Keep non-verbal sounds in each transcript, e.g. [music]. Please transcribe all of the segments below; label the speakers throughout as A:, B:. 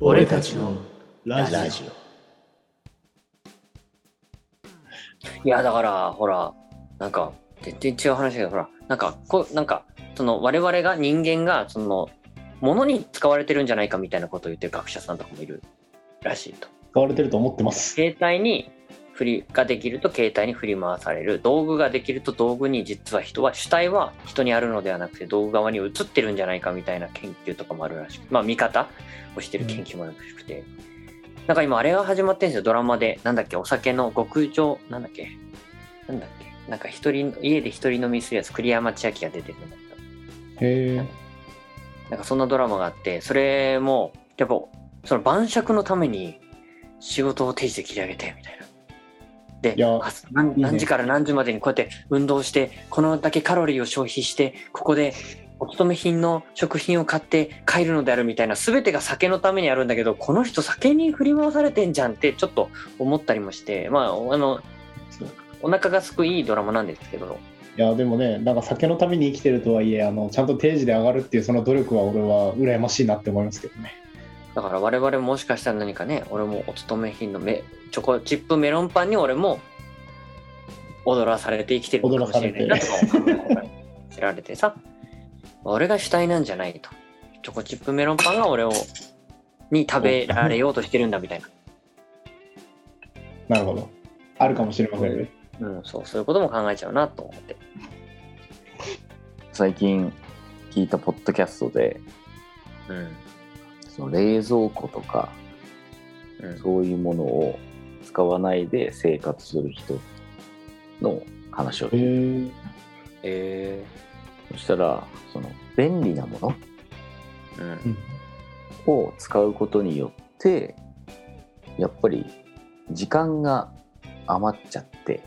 A: 俺たちのラジオ
B: いやだからほらなんか全然違う話だけどほらなんかこうなんかその我々が人間がその物に使われてるんじゃないかみたいなことを言ってる学者さんとかもいるらしいと。
A: 使われてると思ってます
B: 携帯に振りができると携帯に振り回される道具ができると道具に実は人は主体は人にあるのではなくて道具側に移ってるんじゃないかみたいな研究とかもあるらしくまあ見方をしてる研究もあるらしくて、なんか今あれが始まってんですよドラマでなんだっけお酒の極上なんだっけなんだっけなんか一人家で一人飲みするやつ栗山千明が出てるんだった
A: へえ
B: なんかそんなドラマがあって、それも、やっぱ、その晩酌のために仕事を定時で切り上げて、みたいな。で
A: いや
B: あ何
A: いいね
B: 何時から何時までにこうやって運動して、このだけカロリーを消費して、ここでお勤め品の食品を買って帰るのであるみたいな、全てが酒のためにあるんだけど、この人酒に振り回されてんじゃんってちょっと思ったりもして、まあ、あの、お腹がすくいいドラマなんですけど、
A: いやでもねなんか酒のために生きてるとはいえあのちゃんと定時で上がるっていうその努力は俺は羨ましいなって思いますけどね
B: だから我々もしかしたら何かね俺もお勤め品のめチョコチップメロンパンに俺も踊らされて生きてるのかもしれないなとか思って知られてさ俺が主体なんじゃないとチョコチップメロンパンが俺をに食べられようとしてるんだみたいな、
A: なるほどあるかもしれませんね
B: うん、そうそういうことも考えちゃうなと思って
C: 最近聞いたポッドキャストで
B: うん
C: その冷蔵庫とか
B: うん
C: そういうものを使わないで生活する人の話を
A: へ
C: 聞いて
A: え
B: え
C: そしたらその便利なもの
B: ーうん
C: を使うことによってやっぱり時間が余っちゃって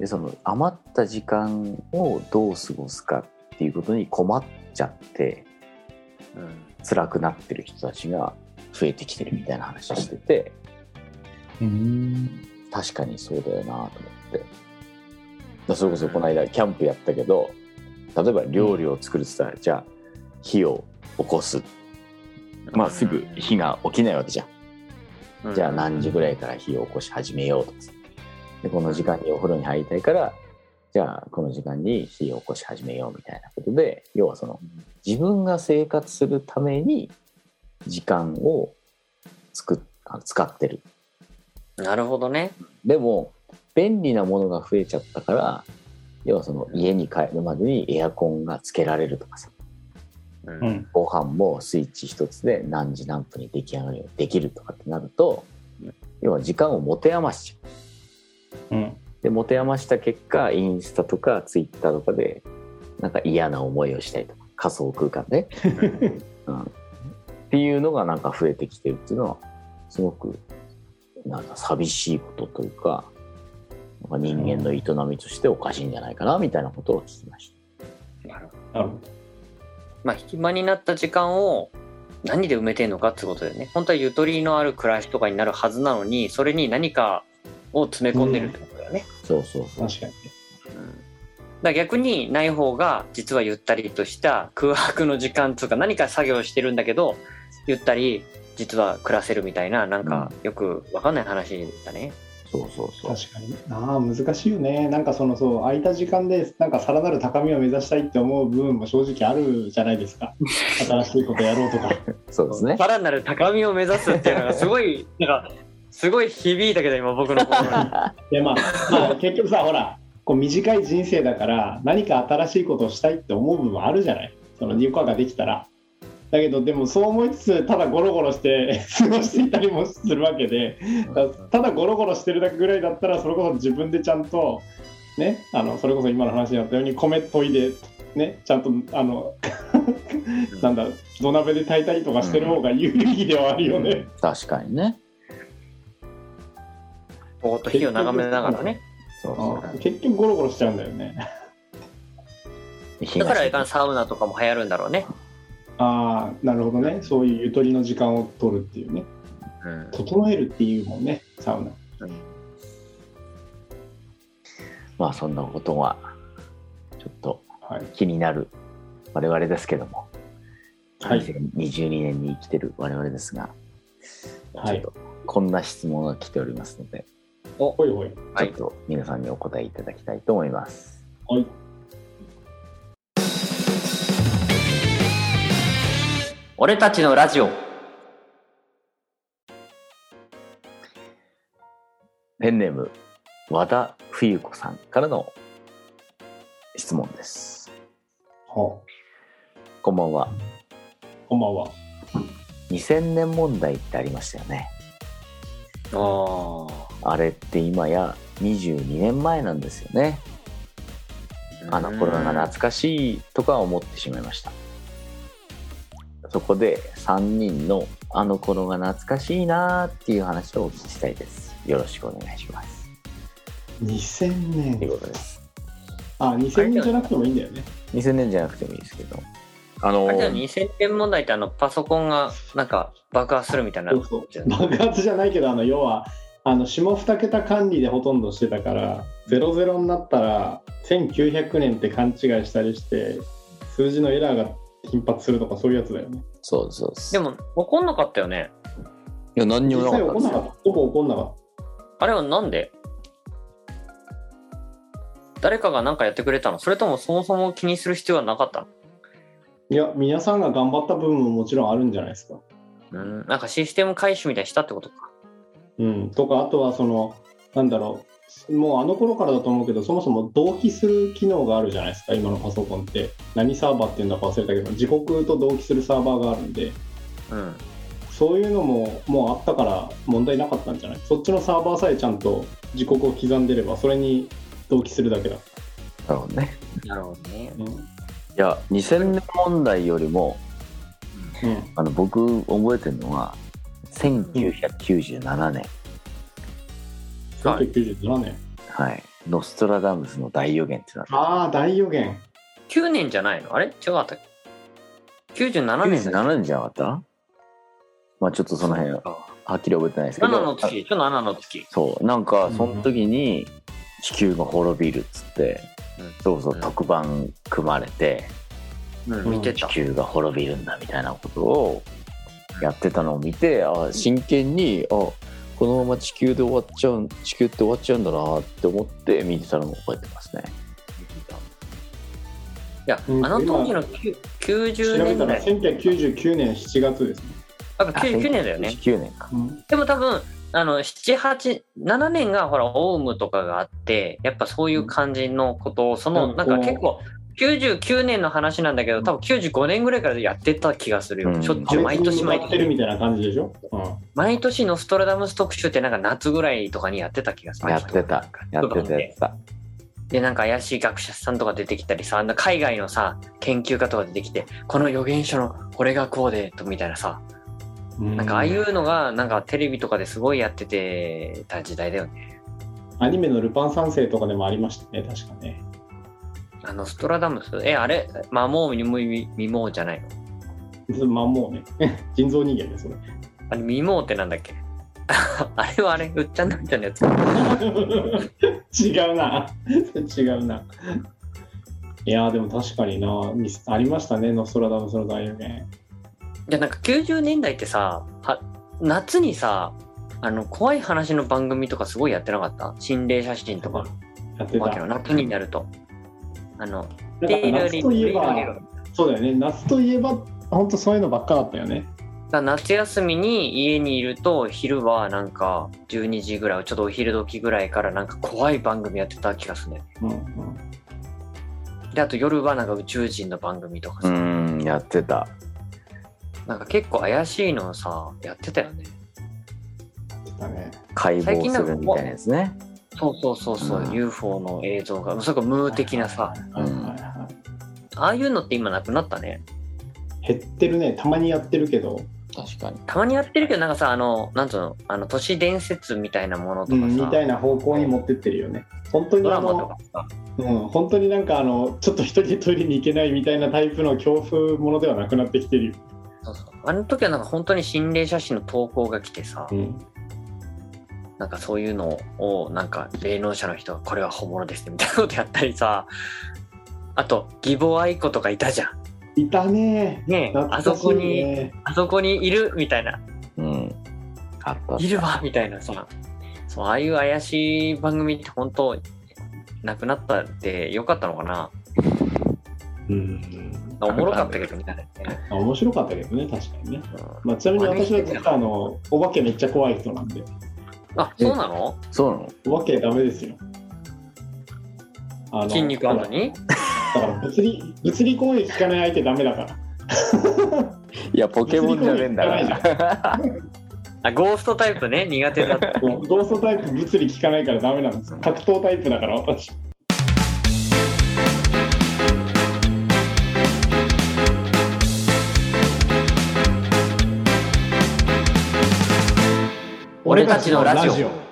C: でその余った時間をどう過ごすかっていうことに困っちゃって
B: うん
C: 辛くなってる人たちが増えてきてるみたいな話してて
A: うん
C: 確かにそうだよなと思ってだからそれこそこの間キャンプやったけど例えば料理を作るって言ったらじゃあ火を起こすまあすぐ火が起きないわけじゃん
B: うん
C: じゃあ何時ぐらいから火を起こし始めようとかさでこの時間にお風呂に入りたいからじゃあこの時間に火を起こし始めようみたいなことで要はその自分が生活するために時間を作っあの使ってる
B: なるほどね
C: でも便利なものが増えちゃったから要はその家に帰るまでにエアコンがつけられるとかさ
B: う
A: うんん
C: ご飯もスイッチ一つで何時何分に出来上がるようにできるとかってなると要は時間を持て余しちゃう
A: うん
C: で持て余した結果インスタとかツイッターとかでなんか嫌な思いをしたりとか仮想空間で、うん、っていうのがなんか増えてきてるっていうのはすごくなんか寂しいことというかなんか人間の営みとしておかしいんじゃないかなみたいなことを聞きまし
B: なるほど
A: なるほ
B: まあ、暇になった時間を何で埋めてんのかってことだよね。本当はゆとりのある暮らしとかになるはずなのに、それに何かを詰め込んでるってことだよね。
C: たそうそうそう
A: ど確かに
B: うんだから逆にない方が実はゆったりとした空白の時間とか何か作業してるんだけどゆったり実は暮らせるみたいななんかよくわかんない話だね。
C: そうそうそう
A: 確かにああ難しいよねなんかそのそう空いた時間でなんかさらなる高みを目指したいって思う部分も正直あるじゃないです [laughs] か新しいことやろうとか
C: そうですね
B: さらなる高みを目指すっていうのがすご
C: [laughs]
B: いなんかすごい響いたけど今僕の心に。
A: でまあ、まあ、結局さほらこう短い人生だから何か新しいことをしたいって思う部分はあるじゃないその入荷ができたらだけどでもそう思いつつただゴロゴロして [laughs] 過ごしていたりもするわけでだただゴロゴロしてるだけぐらいだったらそれこそ自分でちゃんとねあのそれこそ今の話にあったように米研いでねちゃんとあのなんだ土鍋で炊いたりとかしてる方が有意義ではあるよね。
C: 確かにね
B: ぼーっと火を眺めながらね。
C: [laughs] そう
A: うん
C: そう
A: 結局ゴロゴロしちゃうんだよね。
B: だからい
C: 東
B: かんサウナとかも流行るんだろうね。
A: ああなるほどねそういうゆとりの時間を取るっていうね
B: うん
A: 整えるっていうもんねサウナ
C: まあそんなことはちょっと
A: はい
C: 気になる我々ですけども
A: はい
C: 2022年に生きてる我々ですが、
A: は
C: ち
A: い
C: ょっとこんな質問が来ておりますので、
A: ほいほい
B: はい
C: ちょっと皆さんにお答えいただきたいと思います。
A: はい
B: 俺たちのラジオ
C: ペンネーム和田冬子さんからの質問です。
A: ほ
C: こんばんは。
A: うこんばんは
C: 2000年問題ってありましたよね。
B: あ
C: あれって今や22年前なんですよね。
B: あ
C: あの頃が懐かしいとか思ってしまいました。そこで3人のあの頃が懐かしいなーっていう話をお聞きしたいです。よろしくお願いします。
A: 2000
C: と
A: 年
C: いうことです。
A: あ2000年じゃなくてもいいんだよね
C: 2000年じゃなくてもいいですけど。あの
B: あ
C: ー
B: れだよね2000点問題ってあのパソコンがなんか爆発するみたいな
A: そうそう爆発じゃないけどあの要はあの下2桁管理でほとんどしてたから00になったら1900年って勘違いしたりして数字のエラーが頻発するとかそういうやつだよね
C: そうそうそう。
B: でも怒んなかったよね
C: いや何に
A: 実
C: もなか
A: 際
C: っ
A: 起こ
C: たんで
A: んな
C: す
A: かっ
C: よ。
A: たほぼ起こんなかっ
B: あれはなんで誰かが何かやってくれたのそれともそもそも気にする必要はなかったの
A: たいや皆さんが頑張った部分ももちろんあるんじゃないですか
B: うんなんかシステム回収みたいにしたってことか
A: うん、とかあとはそのなんだろうもうあの頃からだと思うけどそもそも同期する機能があるじゃないですか今のパソコンって何サーバーっていうんだか忘れたけど時刻と同期するサーバーがあるんで
B: うん
A: そういうのももうあったから問題なかったんじゃないそっちのサーバーさえちゃんと時刻を刻んでればそれに同期するだけだ、
C: なるほどね。
B: なるほどね
A: うん
C: いや2000年問題よりも
A: うん
C: あの僕覚えてるのは1997年、
B: はい
A: 1997年
C: はい「ノストラダムスの大予言」ってなって
A: ああ大予言
B: 9年じゃないのあれ違かったっけ97年だっ
C: 97年じゃなかったまあちょっとその辺は
B: け
C: っきり覚えてないですけ
B: 7
C: ど
B: の月ちょ7の月
C: そうなんかその時に地球が滅びるっつって、
B: うん
C: そうそううん特番組まれて、
B: うん見て
C: 地
B: た
C: 球が滅びるんだみたいなことをやってたのを見てあ真剣にあこのまま地球で終わっちゃうん地球って終わっちゃうんだなって思って見てたのを覚えてますね
B: いや、あ
A: うん
B: の当時のきゅ90
A: 調べ
B: 年
A: たら
B: 代、
A: 1999年7月ですね、
B: やっぱ99年だよね。
C: 19年か
A: うん
B: でも多分、あの、7、8、7年がほら、オウムとかがあって、やっぱそういう感じのことを、その、
A: うん
B: なんか
A: うん
B: 結構、99年の話なんだけど、多分95年ぐらいからやってた気がするよ。
C: うん
B: しょっちゅう、毎年毎
A: やってる
B: 年。
A: みたいな感じでしょ、うん
B: 毎年ノストラダムス特集ってなんか夏ぐらいとかにやってた気がする。
C: やってたやってたやってた
B: で、なんか怪しい学者さんとか出てきたりさ、あの海外のさ、研究家とか出てきて、この予言書のこれがこうで、とみたいなさ、なんかああいうのがなんかテレビとかですごいやっててた時代だよね。
A: アニメの「ルパン三世」とかでもありましたね確かね
B: あのストラダムスえ、あれまあもうみもみみもうじゃないの
A: まあもうね [laughs] 人造人間ですね [laughs]
B: あれみもうってなんだっけあれはあれうっちゃんなんちゃんのやつ。
A: 違うな [laughs] 違うないやーでも確かになミスありましたねノストラダムスの大予言
B: じゃなんか90年代ってさ、は夏にさ、あの怖い話の番組とかすごいやってなかった心霊写真とか
A: やってた
B: わけの夏になると。あの、
A: だから夏といえば
B: リルリルリル
A: そうだよね夏といえば本当そういうのばっかだったよね
B: だから夏休みに家にいると昼はなんか12時ぐらいちょっとお昼時ぐらいからなんか怖い番組やってた気がするね
A: うんうん
B: であと夜はなんか宇宙人の番組とか
C: う
B: さ、
C: ーんやってた
B: なんか結構怪しいのをさやってたよね
A: やってたね
C: 解剖するみたいなやつね
B: そうそうそうそう、
C: うん
B: UFO の映像がそれかムー的なさ
A: はいはいはい
B: ああいうのって今なくなったね
A: 減ってるねたまにやってるけど、
C: 確かに
B: たまにやってるけどなんかさあのなんつうのあの都市伝説みたいなものと
A: う
B: か
A: ん、み
B: さ、
A: たいな方向に持ってってるよね本当に
B: ド
A: あ
B: ラマ
A: の
B: とかさ
A: うん、本当になんかあのちょっと一人でトイレに行けないみたいなタイプの恐怖ものではなくなってきてるよ、
B: そうそうあの時はなんか本当に心霊写真の投稿が来てさ、
A: ん、
B: なんかそういうのをなんか霊能者の人がこれは本物ですねみたいなことやったりさあと義母愛子とかいたじゃん
A: いたね
B: ねえあそこにあそこにいるみたいな
C: うん。あった。
B: いるわみたいなさそうああいう怪しい番組って本当なくなったってよかったのかな
A: うん
B: おもろかったけどみたいなね、
A: 面白かったけどね確かにね、
B: うん
A: まあ、ちなみに私は実はあのお化けめっちゃ怖い人なんで
B: あそうなの
C: そうなの
A: お化けダメですよあの
B: 筋肉あんのに
A: だから物理物理攻撃効かない相手ダメだから
C: いや、ポケモンじゃねえんだから。
B: あゴーストタイプね苦手だった
A: ゴーストタイプ物理効かないからダメなんですよ格闘タイプだから私
B: 俺たちのラジオ
A: オ